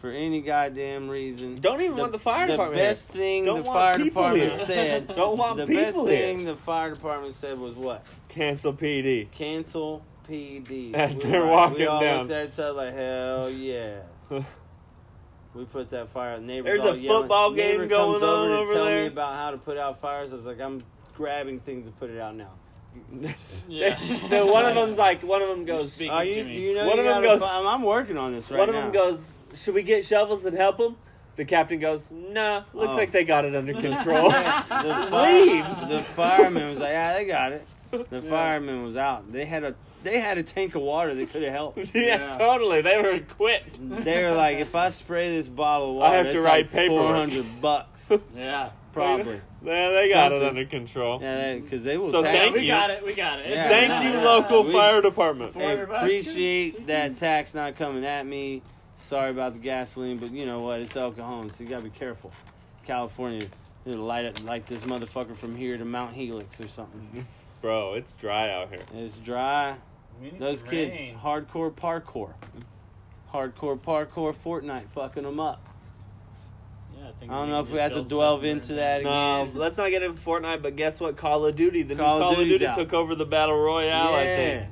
Speaker 4: for any goddamn reason.
Speaker 1: Don't even want the fire department
Speaker 4: The
Speaker 1: here.
Speaker 4: best thing
Speaker 1: Don't
Speaker 4: the
Speaker 1: want
Speaker 4: fire
Speaker 1: people
Speaker 4: department
Speaker 1: here.
Speaker 4: said.
Speaker 1: Don't want
Speaker 4: the
Speaker 1: people
Speaker 4: best
Speaker 1: here.
Speaker 4: thing the fire department said was what?
Speaker 1: Cancel PD.
Speaker 4: Cancel PD.
Speaker 1: As
Speaker 4: We
Speaker 1: they're
Speaker 4: were
Speaker 1: walking
Speaker 4: we all
Speaker 1: down.
Speaker 4: looked at each other like, hell yeah. We put that fire. Neighbors
Speaker 1: There's
Speaker 4: all
Speaker 1: a
Speaker 4: yelling.
Speaker 1: football game
Speaker 4: Neighbor
Speaker 1: going
Speaker 4: comes over
Speaker 1: on
Speaker 4: to
Speaker 1: over
Speaker 4: tell
Speaker 1: there.
Speaker 4: me about how to put out fires. I was like, I'm grabbing things to put it out now.
Speaker 3: Yeah.
Speaker 1: no, one of them's like, one of them goes.
Speaker 3: speaking.
Speaker 4: Oh,
Speaker 3: to
Speaker 4: you,
Speaker 3: me.
Speaker 4: you know,
Speaker 1: One
Speaker 4: you
Speaker 1: of 'em
Speaker 4: gotta
Speaker 1: goes-
Speaker 4: fi- I'm, I'm working on this right
Speaker 1: one of
Speaker 4: now.
Speaker 1: them goes, "Should we get shovels and help them?" The captain goes, "Nah, looks
Speaker 4: Oh.
Speaker 1: like they got it under control."
Speaker 4: the
Speaker 1: leaves.
Speaker 4: The fireman was like, yeah, they got it. The fireman was out. They had a they had a tank of water that could have helped.
Speaker 1: yeah,
Speaker 3: Yeah.
Speaker 1: totally. They were equipped.
Speaker 4: They were like, if I spray this bottle of water,
Speaker 1: I have to
Speaker 4: it's
Speaker 1: write
Speaker 4: like
Speaker 1: paperwork.
Speaker 4: four hundred bucks
Speaker 3: yeah.
Speaker 4: probably.
Speaker 1: Yeah, they got
Speaker 4: Something.
Speaker 1: it under control.
Speaker 4: Yeah, because they will.
Speaker 1: So
Speaker 4: tax
Speaker 1: thank
Speaker 3: we
Speaker 1: you.
Speaker 3: got it. We got it.
Speaker 4: Yeah.
Speaker 1: Thank you, local
Speaker 4: We-
Speaker 1: fire department.
Speaker 3: Four hundred bucks.
Speaker 4: appreciate that tax not coming at me. Sorry about the gasoline, but you know what? It's El Cajon, so you gotta be careful. California, it'll light it like this motherfucker from here to Mount Helix or something.
Speaker 1: Bro, it's dry out here.
Speaker 4: It's dry.
Speaker 3: We need
Speaker 4: Those
Speaker 3: some
Speaker 4: kids,
Speaker 3: rain.
Speaker 4: hardcore parkour, hardcore parkour, Fortnite, fucking them up.
Speaker 3: Yeah, I, think
Speaker 4: I don't
Speaker 3: we
Speaker 4: know
Speaker 3: can
Speaker 4: if we
Speaker 3: just
Speaker 4: have to
Speaker 3: build
Speaker 4: delve
Speaker 3: something
Speaker 4: into
Speaker 3: there.
Speaker 4: that
Speaker 1: No,
Speaker 4: again.
Speaker 1: let's not get into Fortnite, but guess what? Call of Duty. The
Speaker 4: Call
Speaker 1: new
Speaker 4: of
Speaker 1: Call of
Speaker 4: Duty's
Speaker 1: Duty
Speaker 4: out.
Speaker 1: took over the Battle Royale, I think.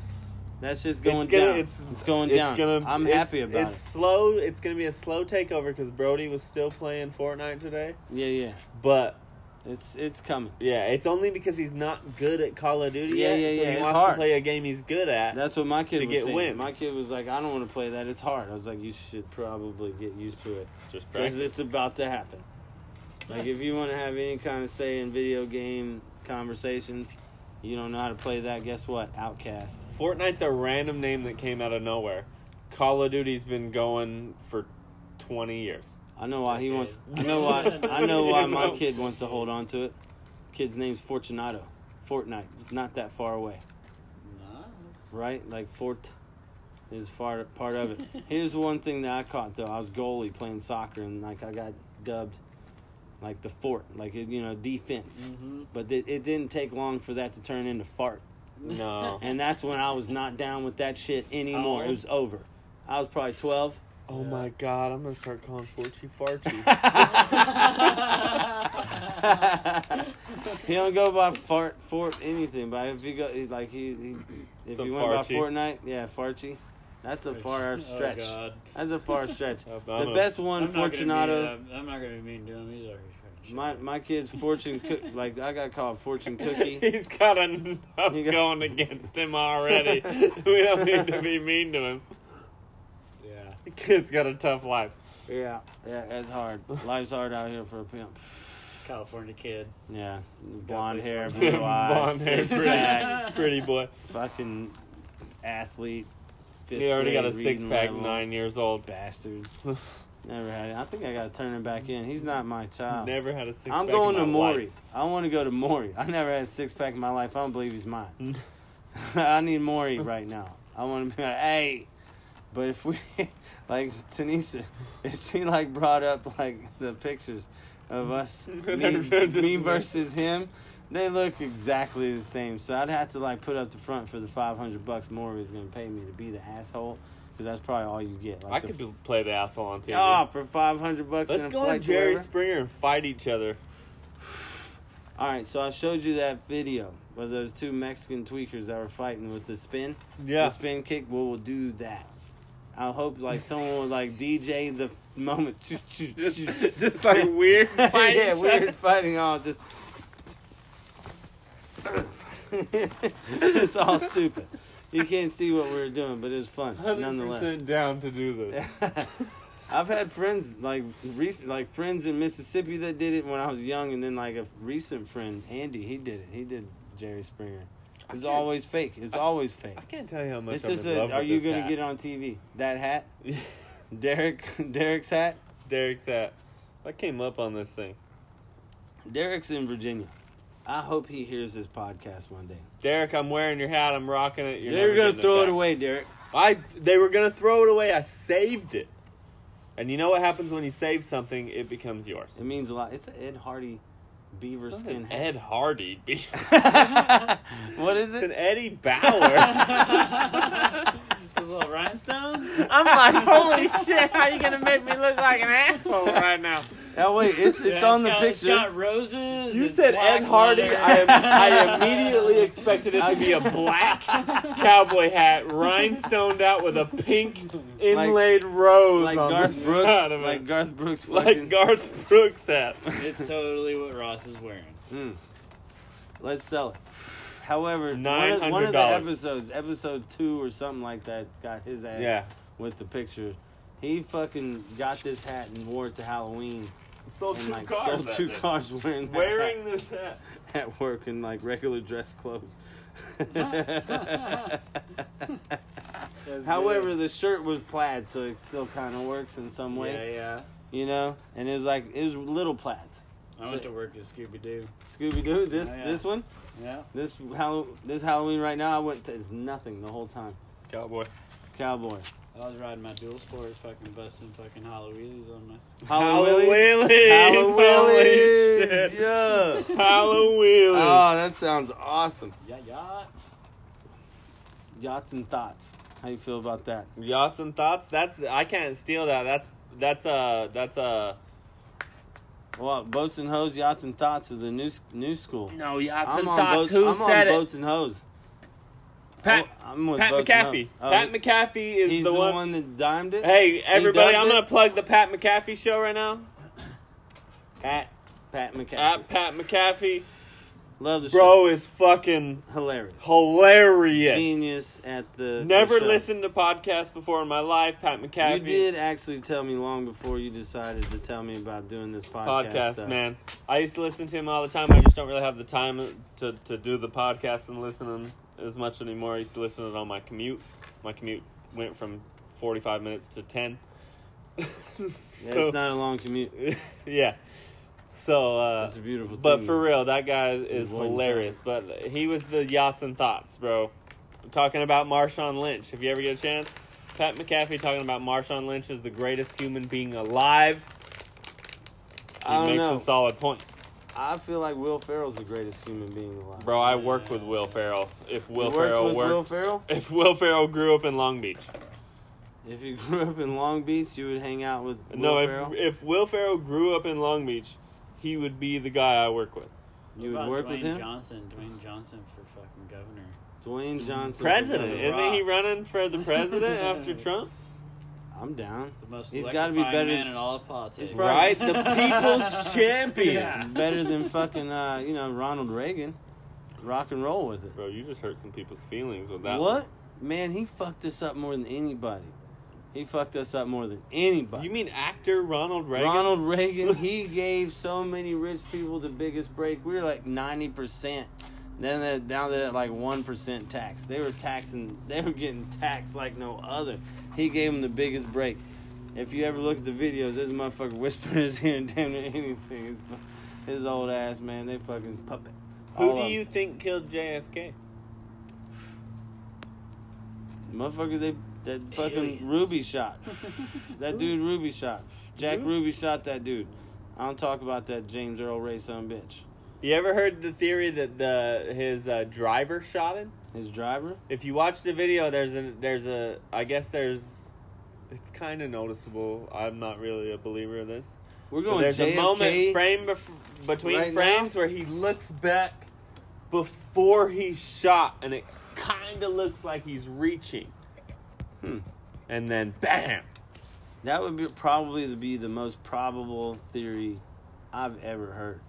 Speaker 4: That's just going
Speaker 1: it's gonna,
Speaker 4: down. It's,
Speaker 1: It's,
Speaker 4: going
Speaker 1: it's
Speaker 4: down.
Speaker 1: Gonna,
Speaker 4: I'm
Speaker 1: it's-
Speaker 4: happy about
Speaker 1: it's slow. It's going to be a slow takeover because Brody was still playing Fortnite today.
Speaker 4: it. Yeah, yeah.
Speaker 1: But
Speaker 4: It's it's coming.
Speaker 1: Yeah, it's only because he's not good at Call of Duty
Speaker 4: Yeah,
Speaker 1: yet,
Speaker 4: yeah,
Speaker 1: so
Speaker 4: yeah,
Speaker 1: he
Speaker 4: it's
Speaker 1: wants
Speaker 4: hard.
Speaker 1: to play a game he's good at.
Speaker 4: That's what my kid
Speaker 1: to
Speaker 4: was
Speaker 1: get
Speaker 4: saying.
Speaker 1: wins.
Speaker 4: My kid was like, "I don't want to play that. It's hard." I was like, "You should probably get used to it
Speaker 1: just
Speaker 4: because it's about to happen." Like, if you want to have any kind of say in video game conversations, you don't know how to play that. Guess what? Outcast.
Speaker 1: Fortnite's a random name that came out of nowhere. Call of Duty's been going for 20 years.
Speaker 4: I know why he
Speaker 3: Okay.
Speaker 4: wants. I know why. I know why
Speaker 1: You
Speaker 4: my
Speaker 1: know.
Speaker 4: kid wants to hold on to it. Kid's name's Fortunato. Fortnite. It's not that far away,
Speaker 3: Nice.
Speaker 4: right? Like Fort is far part of it. Here's one thing that I caught though. I was goalie playing soccer and like I got dubbed like the fort, like it, you know defense.
Speaker 3: Mhm.
Speaker 4: But it, it didn't take long for that to turn into fart,
Speaker 1: No.
Speaker 4: and that's when I was not down with that shit anymore.
Speaker 3: Oh.
Speaker 4: It was over. I was probably twelve.
Speaker 1: oh my god, I'm gonna start calling Fortune Farty.
Speaker 4: he don't go by fart fort anything, but if you go he- like he, he if
Speaker 1: Some
Speaker 4: you went by
Speaker 1: farchy.
Speaker 4: Fortnite, yeah, Farchi. That's a far
Speaker 3: Oh,
Speaker 4: stretch.
Speaker 3: God.
Speaker 4: That's a far stretch.
Speaker 1: I'm
Speaker 4: the
Speaker 1: gonna- uh,
Speaker 4: best
Speaker 3: I'm
Speaker 4: one,
Speaker 3: not gonna be- uh,
Speaker 4: Fortunato.
Speaker 3: I'm not gonna be mean to him. He's already
Speaker 4: My my kid's fortune cook like I got called fortune cookie.
Speaker 1: He's got enough
Speaker 4: You got-
Speaker 1: going against him already. we don't need to be mean to him.
Speaker 3: Yeah.
Speaker 1: The kid's got a tough life.
Speaker 4: Yeah, yeah, that's hard. Life's hard out here for a pimp.
Speaker 3: California kid.
Speaker 4: Yeah, blonde hair, blue eyes,
Speaker 1: Blonde hair,
Speaker 4: six
Speaker 1: pretty,
Speaker 4: pack,
Speaker 1: pretty boy.
Speaker 4: fucking athlete. fifth
Speaker 1: He already got a
Speaker 4: grade reading
Speaker 1: six pack,
Speaker 4: level.
Speaker 1: nine years old.
Speaker 4: bastard. Never had it. I think I gotta turn him back in. He's not my child.
Speaker 1: Never had a six pack.
Speaker 4: I'm going to Maury. I want to go to Maury. I never had a six pack in my life. I don't believe he's
Speaker 1: Mm.
Speaker 4: mine. I need Maury right now. I want to be like, hey. But if we, like Tanisha, if she like brought up like the pictures of us, me, me versus him, they look exactly the same. So I'd have to like put up the front for the five hundred bucks Maury is gonna pay me to be the asshole, because that's probably all you get. Like
Speaker 1: I
Speaker 4: the
Speaker 1: could be- play the asshole on TV.
Speaker 4: Oh, for five hundred bucks.
Speaker 1: Let's
Speaker 4: and a
Speaker 1: go on
Speaker 4: flight to
Speaker 1: Jerry
Speaker 4: wherever?
Speaker 1: Springer and fight each other.
Speaker 4: All right, so I showed you that video of those two Mexican tweakers that were fighting with the spin, the spin kick. Well, we'll do that. I hope like someone would like DJ the moment.
Speaker 1: Just, just like weird fight
Speaker 4: yeah,
Speaker 1: each
Speaker 4: weird
Speaker 1: other.
Speaker 4: fighting all just. it's all stupid. You can't see what we were doing, but it was fun nonetheless.
Speaker 1: 100% down to do this.
Speaker 4: I've had friends like recent, like friends in Mississippi that did it when I was young, and then like a recent friend, Andy, he did it. He did Jerry Springer. It's
Speaker 1: can't-
Speaker 4: always fake. It's
Speaker 1: I-
Speaker 4: always fake.
Speaker 1: I can't tell you how much
Speaker 4: It's
Speaker 1: I'm
Speaker 4: just
Speaker 1: in
Speaker 4: a,
Speaker 1: love
Speaker 4: are
Speaker 1: with
Speaker 4: you
Speaker 1: this
Speaker 4: gonna
Speaker 1: hat.
Speaker 4: get on TV? That hat,
Speaker 1: get on?
Speaker 4: Derek, Derek's hat.
Speaker 1: Derek's hat. I came up on this thing.
Speaker 4: Derek's in Virginia. I hope he hears this podcast one day.
Speaker 1: Derek, I'm wearing your hat. I'm rocking it. You're
Speaker 4: they were
Speaker 1: never
Speaker 4: gonna
Speaker 1: getting
Speaker 4: throw it
Speaker 1: back.
Speaker 4: away, Derek.
Speaker 1: I they were gonna throw it away. I saved it. And you know what happens when you save something? It becomes yours.
Speaker 4: It means a lot. It's an Ed Hardy beaver
Speaker 1: It's not
Speaker 4: skin
Speaker 1: an
Speaker 4: hat.
Speaker 1: Ed Hardy. bitch.
Speaker 4: what is
Speaker 1: It's an
Speaker 4: it?
Speaker 1: Eddie Bauer.
Speaker 3: Those little rhinestones?
Speaker 1: I'm like, holy shit! How you gonna make me look like an asshole right now?
Speaker 4: Oh wait, it's it's
Speaker 3: Yeah,
Speaker 4: on the
Speaker 3: got- It's
Speaker 4: picture.
Speaker 3: got roses.
Speaker 1: You
Speaker 3: it's
Speaker 1: said
Speaker 3: black
Speaker 1: Ed Hardy.
Speaker 3: leather.
Speaker 1: I, am, I immediately expected it to be a black cowboy hat, rhinestoned out with a pink inlaid rose
Speaker 4: Like
Speaker 1: on the
Speaker 4: Garth
Speaker 1: side
Speaker 4: Brooks,
Speaker 1: of it.
Speaker 4: like Garth Brooks, fucking-
Speaker 1: like Garth Brooks hat.
Speaker 3: It's totally what Ross is wearing.
Speaker 4: Mm. Let's sell it. However, one of,
Speaker 1: $900.
Speaker 4: one of the episodes, episode two or something like that, got his ass
Speaker 1: Yeah,
Speaker 4: with the picture. He fucking got this hat and wore it to Halloween
Speaker 1: sold
Speaker 4: and
Speaker 1: two
Speaker 4: like
Speaker 1: cars.
Speaker 4: sold two
Speaker 1: that day.
Speaker 4: cars wearing that
Speaker 1: Oh Wearing this hat.
Speaker 4: hat at work in like regular dress clothes.
Speaker 3: That's
Speaker 4: However, the shirt was plaid, so it still kind of works in some
Speaker 3: good.
Speaker 4: way,
Speaker 3: yeah, yeah.
Speaker 4: you know. And it was like it was little plaids.
Speaker 3: I went to work at Scooby Doo.
Speaker 4: Scooby Doo, this
Speaker 3: Oh, yeah.
Speaker 4: this one,
Speaker 3: Yeah.
Speaker 4: this Hall- this Halloween right now, I went to it's nothing the whole time.
Speaker 1: Cowboy.
Speaker 4: Cowboy.
Speaker 3: I was riding my dual sports, fucking busting fucking hollow wheelies on my Scooby.
Speaker 4: Halloween.
Speaker 1: Halloween.
Speaker 4: Yeah.
Speaker 1: Halloween.
Speaker 4: Oh, that sounds awesome.
Speaker 3: Yeah, yeah.
Speaker 4: Yachts and thoughts. How you feel about that?
Speaker 1: Yachts and thoughts. That's I can't steal that. That's that's uh that's uh
Speaker 4: Well, boats and hoes, yachts and thoughts is the new s- new school.
Speaker 1: no yachts
Speaker 4: I'm on boats- I'm on boats and hoes.
Speaker 1: Pat-
Speaker 4: Oh, I'm with
Speaker 1: Pat
Speaker 4: boats and
Speaker 1: McAfee.
Speaker 4: hoes. Oh,
Speaker 1: Pat
Speaker 4: he-
Speaker 1: McAfee is
Speaker 4: He's
Speaker 1: the, one.
Speaker 4: that dimed it.
Speaker 1: Hey everybody,
Speaker 4: dubbed
Speaker 1: I'm gonna
Speaker 4: it?
Speaker 1: plug the Pat McAfee show right now.
Speaker 4: At Pat McAfee.
Speaker 1: At Pat McAfee,
Speaker 4: Love the show.
Speaker 1: bro is fucking
Speaker 4: Hilarious.
Speaker 1: hilarious.
Speaker 4: Genius at the.
Speaker 1: Never
Speaker 4: the show.
Speaker 1: listened to podcasts before in my life. Pat McAfee.
Speaker 4: You did actually tell me long before you decided to tell me about doing this podcast. uh,
Speaker 1: podcast,
Speaker 4: stuff.
Speaker 1: man. I used to listen to him all the time. I just don't really have the time to, to do the podcast and listen to him as much anymore. I used to listen to it on my commute. My commute went from 45 minutes to 10.
Speaker 4: Yeah,
Speaker 1: so,
Speaker 4: it's not a long commute.
Speaker 1: yeah. So, uh,
Speaker 4: It's a beautiful
Speaker 1: but
Speaker 4: thing.
Speaker 1: for real, that guy is
Speaker 4: Avoiding
Speaker 1: hilarious. But he was the Yachts and Thoughts, bro. talking about Marshawn Lynch. If you ever get a chance, Pat McAfee talking about Marshawn Lynch is the greatest human being alive. He
Speaker 4: I don't
Speaker 1: makes
Speaker 4: know.
Speaker 1: a solid point.
Speaker 4: I feel like Will Ferrell's the greatest human being alive.
Speaker 1: Bro, I worked with Will Ferrell. If
Speaker 4: You
Speaker 1: Will
Speaker 4: worked
Speaker 1: Ferrell
Speaker 4: with
Speaker 1: worked,
Speaker 4: Will Ferrell.
Speaker 1: if Will Ferrell grew up in Long Beach,
Speaker 4: If you grew up in Long Beach, you would hang out with Will
Speaker 1: no, if
Speaker 4: Ferrell.
Speaker 1: if Will Ferrell grew up in Long Beach, he would be the guy I work with.
Speaker 4: you
Speaker 3: What
Speaker 4: would
Speaker 3: about
Speaker 4: work
Speaker 3: Dwayne
Speaker 4: with him.
Speaker 3: Johnson, Dwayne Johnson for fucking governor.
Speaker 4: Dwayne Johnson,
Speaker 1: Mm-hmm. President,
Speaker 3: The
Speaker 1: isn't he
Speaker 3: Rock.
Speaker 1: running for the president after Trump?
Speaker 4: I'm down.
Speaker 3: The
Speaker 4: He's
Speaker 3: most he's
Speaker 4: gotta
Speaker 3: got to
Speaker 4: be
Speaker 3: be
Speaker 4: better-
Speaker 3: better man in all of politics.
Speaker 4: probably- Right? The
Speaker 1: people's champion.
Speaker 3: Yeah.
Speaker 4: Better than fucking uh, you know Ronald Reagan. Rock and roll with it.
Speaker 1: Bro, you just hurt some people's feelings with that.
Speaker 4: what? Man, he fucked us up more than anybody. He fucked us up more than anybody.
Speaker 1: one. You mean actor Ronald Reagan?
Speaker 4: Ronald Reagan, he gave so many rich people the biggest break. We were like ninety percent. Then they're, now they're at like one percent tax. They were taxing. They were getting taxed like no other. He gave them the biggest break. If you ever look at the videos, this motherfucker whispering his ear and damn near anything. His old ass man, they fucking puppet.
Speaker 1: Who
Speaker 4: All
Speaker 1: do
Speaker 4: of
Speaker 1: you think killed JFK?
Speaker 4: them. motherfucker? They that fucking Ruby shot. That dude Ruby shot. Jack
Speaker 1: Who?
Speaker 4: Ruby shot that dude. I don't talk about that James Earl Ray son of a bitch.
Speaker 1: You ever heard the theory that the his uh, driver shot him?
Speaker 4: His driver.
Speaker 1: if you watch the video there's a there's a i guess there's it's kind of noticeable i'm not really a believer in this
Speaker 4: We're
Speaker 1: But
Speaker 4: going
Speaker 1: there's
Speaker 4: JFK.
Speaker 1: a moment frame bef- between
Speaker 4: right now?
Speaker 1: frames where he looks back before he shot and it kind of looks like he's reaching Hmm. and then bam
Speaker 4: That would be probably the- be the most probable theory I've ever heard.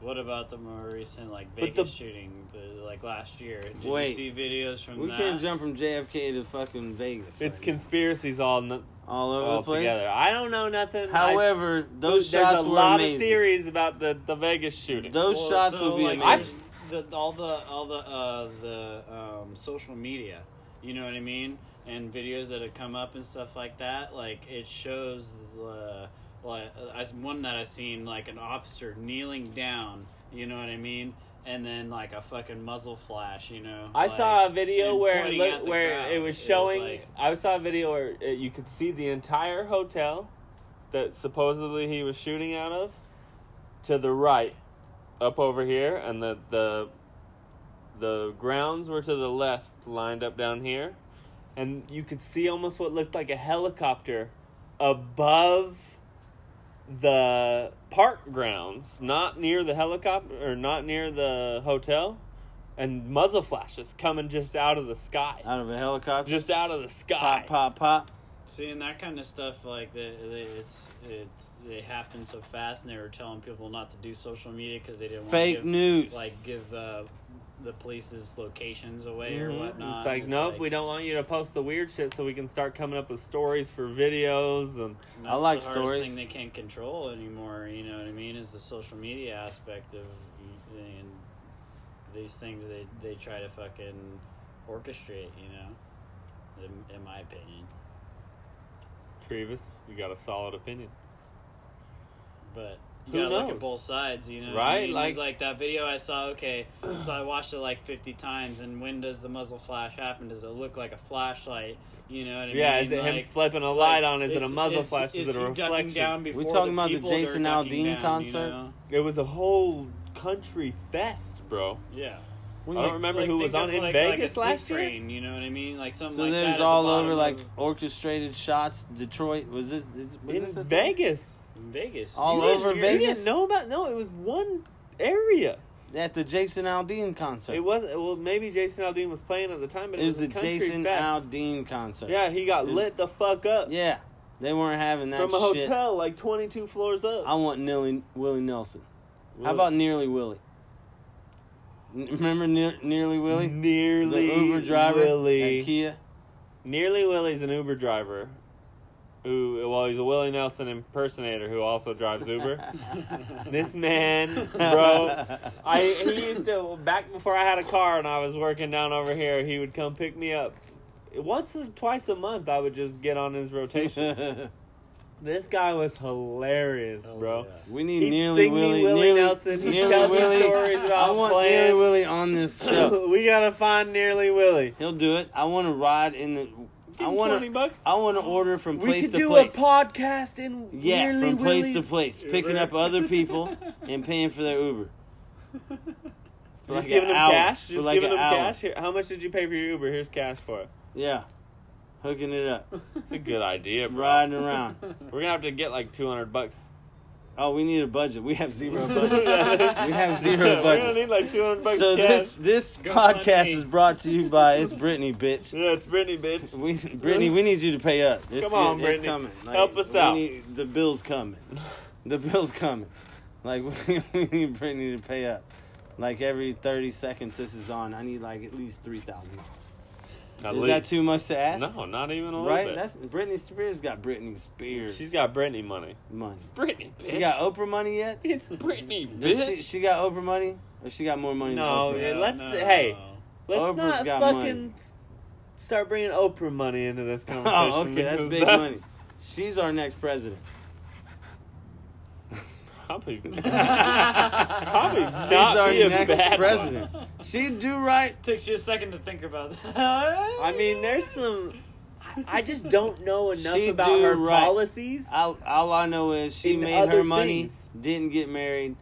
Speaker 3: What about the more recent like
Speaker 1: But
Speaker 3: Vegas
Speaker 1: the-
Speaker 3: shooting, the, like last year? Did
Speaker 4: Wait.
Speaker 3: you see videos from
Speaker 4: We
Speaker 3: that?
Speaker 4: can't jump from JFK to fucking
Speaker 1: It's
Speaker 4: Vegas. right now.
Speaker 1: conspiracies all n-
Speaker 4: all over
Speaker 1: all
Speaker 4: the place.
Speaker 1: together. I don't know nothing.
Speaker 4: However,
Speaker 1: I,
Speaker 4: those
Speaker 1: there's
Speaker 4: shots
Speaker 1: a
Speaker 4: were
Speaker 1: lot
Speaker 4: amazing.
Speaker 1: of theories about the, the Vegas shooting.
Speaker 4: Those
Speaker 3: Well,
Speaker 4: shots
Speaker 3: so,
Speaker 4: would be
Speaker 3: like,
Speaker 4: amazing.
Speaker 3: The, all the all the uh, the um, social media, you know what I mean, and videos that have come up and stuff like that. Like it shows the like I, one that I seen like an officer kneeling down. You know what I mean. And then like a fucking muzzle flash, you know.
Speaker 1: I
Speaker 3: like,
Speaker 1: saw a video
Speaker 3: and
Speaker 1: where it
Speaker 3: pointing
Speaker 1: look,
Speaker 3: at the
Speaker 1: where
Speaker 3: crowd.
Speaker 1: it was showing.
Speaker 3: like-
Speaker 1: I saw a video where uh you could see the entire hotel that supposedly he was shooting out of to the right, up over here, and the the the grounds were to the left, lined up down here, and you could see almost what looked like a helicopter above the park grounds, not near the helicopter or not near the hotel, and muzzle flashes coming just out of the sky,
Speaker 3: Uh,
Speaker 4: Out of a helicopter.
Speaker 1: just out of the sky.
Speaker 4: pop, pop, pop.
Speaker 3: Seeing that kind of stuff, like the, the, it's it's they happen so fast, and they were telling people not to do social media because they didn't
Speaker 4: Fake
Speaker 3: want to
Speaker 4: news.
Speaker 3: like give uh, the police's locations away or
Speaker 1: Mhm.
Speaker 3: whatnot.
Speaker 1: It's like, nope, we don't want you to post the weird shit, so we can start coming up with stories for videos and
Speaker 3: don't.
Speaker 4: I like
Speaker 3: the hardest
Speaker 4: stories.
Speaker 3: Thing they can't control anymore. You know what I mean? Is the social media aspect of and these things they they try to fucking orchestrate. You know, in, in my opinion.
Speaker 1: Trevis. You got a solid opinion.
Speaker 3: but you
Speaker 1: Who
Speaker 3: gotta look
Speaker 1: knows?
Speaker 3: at both sides, you know. what
Speaker 1: Right,
Speaker 3: I mean?
Speaker 1: like-
Speaker 3: It's like that video I saw. Okay, so I watched it like fifty times, and when does the muzzle flash happen? Does it look like a flashlight? You know what I mean?
Speaker 1: yeah, is it
Speaker 3: like,
Speaker 1: him flipping a light
Speaker 3: like,
Speaker 1: on? Is it a muzzle flash? Is, it
Speaker 3: he
Speaker 1: a
Speaker 3: ducking
Speaker 1: reflection?
Speaker 3: Down before
Speaker 4: talking about the
Speaker 3: people that are
Speaker 4: Jason
Speaker 3: ducking
Speaker 4: Aldean
Speaker 3: down, you
Speaker 4: concert?
Speaker 3: know?
Speaker 1: It was a whole country fest, bro.
Speaker 3: Yeah,
Speaker 1: I don't remember who
Speaker 3: think
Speaker 1: was on
Speaker 3: of,
Speaker 1: in
Speaker 3: like- like a
Speaker 1: Vegas
Speaker 3: sleep
Speaker 1: last year.
Speaker 3: train, You know what I mean? Like something.
Speaker 4: So
Speaker 3: like that
Speaker 4: there's
Speaker 3: at the
Speaker 4: all
Speaker 3: bottom
Speaker 4: over
Speaker 3: of-
Speaker 4: like orchestrated shots. Detroit was this is, was
Speaker 1: In
Speaker 4: this a thing?
Speaker 1: Vegas.
Speaker 3: in Vegas.
Speaker 4: All
Speaker 1: You
Speaker 3: You
Speaker 1: didn't-
Speaker 4: over
Speaker 1: you
Speaker 4: Vegas?
Speaker 1: didn't know about? No, it was one area.
Speaker 4: at the Jason Aldean concert.
Speaker 1: It was well, maybe Jason Aldean was playing at the time, but it,
Speaker 4: It was
Speaker 1: a
Speaker 4: the
Speaker 1: country
Speaker 4: Jason
Speaker 1: fest.
Speaker 4: Aldean concert.
Speaker 1: Yeah, he got
Speaker 4: It was-
Speaker 1: lit the fuck up
Speaker 4: yeah. They weren't having that
Speaker 1: from a
Speaker 4: shit.
Speaker 1: hotel like twenty two floors up.
Speaker 4: I want Nilly, Willie Nelson. How about nearly Willie? N- Remember near, nearly Willie,
Speaker 1: Nearly
Speaker 4: the Uber driver
Speaker 1: Willie.
Speaker 4: at Kia.
Speaker 1: Nearly Willie's an Uber driver. Who? Well, he's a Willie Nelson impersonator who also drives Uber. this man, bro. I he used to back before I had a car and I was working down over here. He would come pick me up. Once or twice a month, I would just get on his rotation. this guy was hilarious, bro.
Speaker 4: we need
Speaker 1: He'd
Speaker 4: nearly
Speaker 1: sing me
Speaker 4: Willie,
Speaker 1: Willie
Speaker 4: nearly,
Speaker 1: Nelson. He'd
Speaker 4: nearly
Speaker 1: tell me
Speaker 4: Willie.
Speaker 1: stories about
Speaker 4: I want
Speaker 1: playing.
Speaker 4: nearly Willie on this show.
Speaker 1: we gotta find Nearly Willie.
Speaker 4: He'll do it. I want to ride in the.
Speaker 1: Give
Speaker 4: I
Speaker 1: him
Speaker 4: want
Speaker 1: twenty
Speaker 4: to.
Speaker 1: bucks.
Speaker 4: I want to order from
Speaker 1: We
Speaker 4: place
Speaker 1: could
Speaker 4: to
Speaker 1: do
Speaker 4: place.
Speaker 1: a podcast in
Speaker 4: yeah,
Speaker 1: Nearly
Speaker 4: from place to
Speaker 1: Willie's.
Speaker 4: place, picking up other people and paying for their Uber. For
Speaker 1: Just
Speaker 4: like
Speaker 1: giving
Speaker 4: an
Speaker 1: them
Speaker 4: hour.
Speaker 1: cash.
Speaker 4: For
Speaker 1: Just
Speaker 4: like
Speaker 1: giving
Speaker 4: an
Speaker 1: them
Speaker 4: hour.
Speaker 1: cash. Here, how much did you pay for your Uber? Here's cash for it.
Speaker 4: Yeah, hooking it up,
Speaker 1: It's a good idea, bro.
Speaker 4: riding around.
Speaker 1: We're gonna have to get like two hundred bucks.
Speaker 4: Oh, we need a budget. We have zero budget.
Speaker 1: we
Speaker 4: have zero budget.
Speaker 1: We're gonna need like two hundred bucks.
Speaker 4: so
Speaker 1: cash.
Speaker 4: this this podcast is brought to you by it's Brittany, bitch.
Speaker 1: yeah, it's Brittany, bitch.
Speaker 4: We Brittany, we need you to pay up. It's,
Speaker 1: Come on,
Speaker 4: it's
Speaker 1: Brittany.
Speaker 4: coming.
Speaker 1: Help us
Speaker 4: we
Speaker 1: out.
Speaker 4: need- the bill's coming. The bill's coming. Like we, we need Brittany to pay up. Like every thirty seconds this is on, I need like at least three thousand.
Speaker 1: At
Speaker 4: Is
Speaker 1: least.
Speaker 4: that too much to ask?
Speaker 1: No, not even a
Speaker 4: Right?
Speaker 1: little bit.
Speaker 4: That's Britney Spears got Britney Spears.
Speaker 1: She's got Brittany money.
Speaker 4: money.
Speaker 1: Brittany, bitch.
Speaker 4: She got Oprah money yet?
Speaker 1: it's Brittany,
Speaker 4: Does
Speaker 1: bitch.
Speaker 4: she, she got Oprah money, or she got more money?
Speaker 1: No,
Speaker 4: than Oprah?
Speaker 1: Oh, Yeah, let's- hey. Let's
Speaker 4: Oprah's
Speaker 1: not
Speaker 4: got
Speaker 1: fucking
Speaker 4: money.
Speaker 1: s- start bringing Oprah money into this conversation.
Speaker 4: Oh, okay, that's
Speaker 1: because
Speaker 4: big money. She's our next president.
Speaker 1: Probably, probably not
Speaker 4: She's our
Speaker 1: be a
Speaker 4: next
Speaker 1: bad one.
Speaker 4: president. She'd do right.
Speaker 3: Takes you a second to think about that.
Speaker 1: I mean, there's some. I- I just don't know enough
Speaker 4: She
Speaker 1: about
Speaker 4: do
Speaker 1: her
Speaker 4: right.
Speaker 1: policies.
Speaker 4: All, all I know is she
Speaker 1: In
Speaker 4: made her
Speaker 1: other
Speaker 4: money,
Speaker 1: things.
Speaker 4: didn't get married.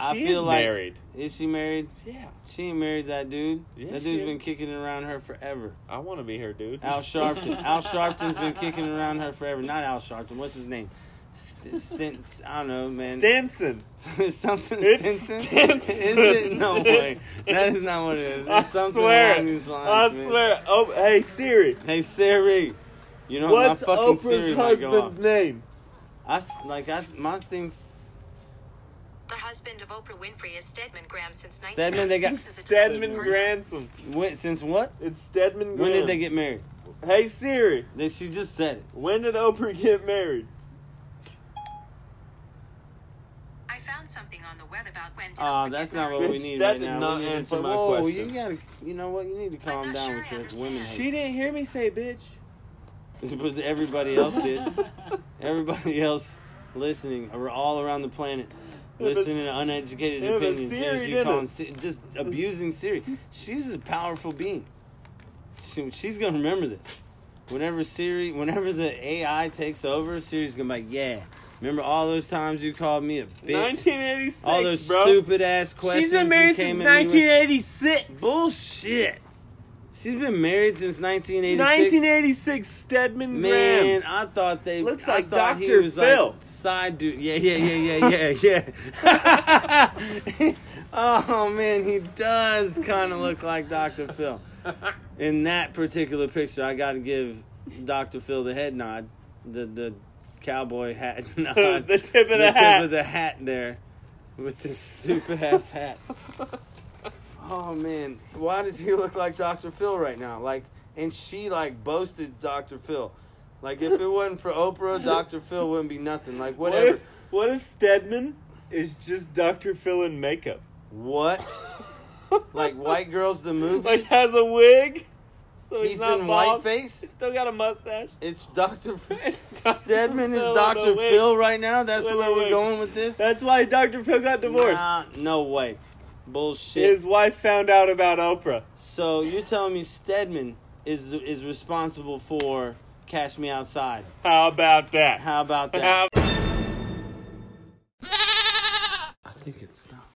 Speaker 4: I
Speaker 1: She
Speaker 4: feel
Speaker 1: is
Speaker 4: like-
Speaker 1: married.
Speaker 4: Is she married?
Speaker 1: Yeah,
Speaker 4: She ain't married that dude.
Speaker 1: Yeah,
Speaker 4: that
Speaker 1: she
Speaker 4: dude's
Speaker 1: is.
Speaker 4: been kicking around her forever.
Speaker 1: I want to be her, dude.
Speaker 4: Al Sharpton. Al Sharpton's been kicking around her forever. Not Al Sharpton. What's his name? St- Stint, I don't know, man.
Speaker 1: Stinson.
Speaker 4: something
Speaker 1: It's
Speaker 4: Stinson?
Speaker 1: Stinson.
Speaker 4: Is it? No way.
Speaker 1: It's
Speaker 4: That is not what it is. It's
Speaker 1: I
Speaker 4: something
Speaker 1: swear.
Speaker 4: along these
Speaker 1: I
Speaker 4: lines. man.
Speaker 1: swear. Oh, hey Siri,
Speaker 4: Hey Siri, you know
Speaker 1: what's
Speaker 4: my fucking
Speaker 1: Oprah's
Speaker 4: Siri might go off.
Speaker 1: husband's name?
Speaker 4: I s- like I my things.
Speaker 5: The husband of Oprah Winfrey is Stedman Graham since
Speaker 4: Stedman, they got-
Speaker 5: 1996 as a domestic
Speaker 1: Stedman
Speaker 5: worker.
Speaker 1: Granson.
Speaker 4: Wait, since what?
Speaker 1: It's Stedman Graham.
Speaker 4: When did they get married?
Speaker 1: Hey Siri,
Speaker 4: Then she just said it.
Speaker 1: when did Oprah get married?
Speaker 5: I found something on the web about
Speaker 1: Uh,
Speaker 5: when.
Speaker 4: Ah, that's not what we
Speaker 1: Bitch,
Speaker 4: need
Speaker 1: that
Speaker 4: right
Speaker 1: did
Speaker 4: now.
Speaker 1: not
Speaker 4: we need to
Speaker 1: answer
Speaker 4: put-
Speaker 1: my
Speaker 4: whoa,
Speaker 1: question.
Speaker 4: you gotta, you know what? You need to calm
Speaker 5: not
Speaker 4: down
Speaker 5: sure
Speaker 4: with
Speaker 5: I
Speaker 4: your women.
Speaker 1: She didn't hear me say bitch.
Speaker 4: hate. But everybody else did. everybody else listening, ar- all around the planet,
Speaker 1: Yeah, but-
Speaker 4: listening to uneducated
Speaker 1: yeah, but
Speaker 4: opinions. Here's
Speaker 1: Siri
Speaker 4: you
Speaker 1: did
Speaker 4: calling
Speaker 1: it.
Speaker 4: Si- just abusing Siri. She's a powerful being. She, she's gonna remember this. Whenever Siri, whenever the AI takes over, Siri's gonna be like, yeah. Remember all those times you called me a bitch?
Speaker 1: 1986,
Speaker 4: All those
Speaker 1: bro.
Speaker 4: stupid ass questions.
Speaker 1: She's been married
Speaker 4: you came
Speaker 1: since
Speaker 4: at me with?
Speaker 1: 1986.
Speaker 4: Bullshit. She's been married since 1986.
Speaker 1: 1986 Stedman
Speaker 4: Man,
Speaker 1: Graham.
Speaker 4: I thought they
Speaker 1: Looks
Speaker 4: I
Speaker 1: like
Speaker 4: thought he
Speaker 1: Dr.
Speaker 4: was
Speaker 1: Phil.
Speaker 4: Like side dude. Yeah, yeah, yeah, yeah, yeah, yeah. oh man, he does kind of look like Dr. Phil. In that particular picture, I got to give Dr. Phil the head nod, the the cowboy hat nod,
Speaker 1: the tip of the,
Speaker 4: the
Speaker 1: hat.
Speaker 4: tip of the hat there, with this stupid ass hat. Oh man, why does he look like Dr. Phil right now? Like, and she like boasted Dr. Phil. Like, if it wasn't for Oprah, Dr. Phil wouldn't be nothing. Like,
Speaker 1: what
Speaker 4: whatever.
Speaker 1: if what if Stedman is just Dr. Phil in makeup?
Speaker 4: What? Like, White Girls the movie?
Speaker 1: Like has a wig. So
Speaker 4: He's
Speaker 1: not
Speaker 4: in
Speaker 1: bald.
Speaker 4: whiteface?
Speaker 1: He's still got a mustache.
Speaker 4: It's Dr. Phil.
Speaker 1: It's Dr.
Speaker 4: Stedman is
Speaker 1: Phil in a
Speaker 4: Dr.
Speaker 1: wig.
Speaker 4: Phil right now? That's
Speaker 1: Wait,
Speaker 4: where
Speaker 1: wait,
Speaker 4: we're
Speaker 1: wait.
Speaker 4: going with this?
Speaker 1: That's why Dr. Phil got divorced.
Speaker 4: Nah, no way. Bullshit.
Speaker 1: His wife found out about Oprah.
Speaker 4: So you're telling me Stedman is is responsible for Cash Me Outside?
Speaker 1: How about that?
Speaker 4: How about that?
Speaker 1: How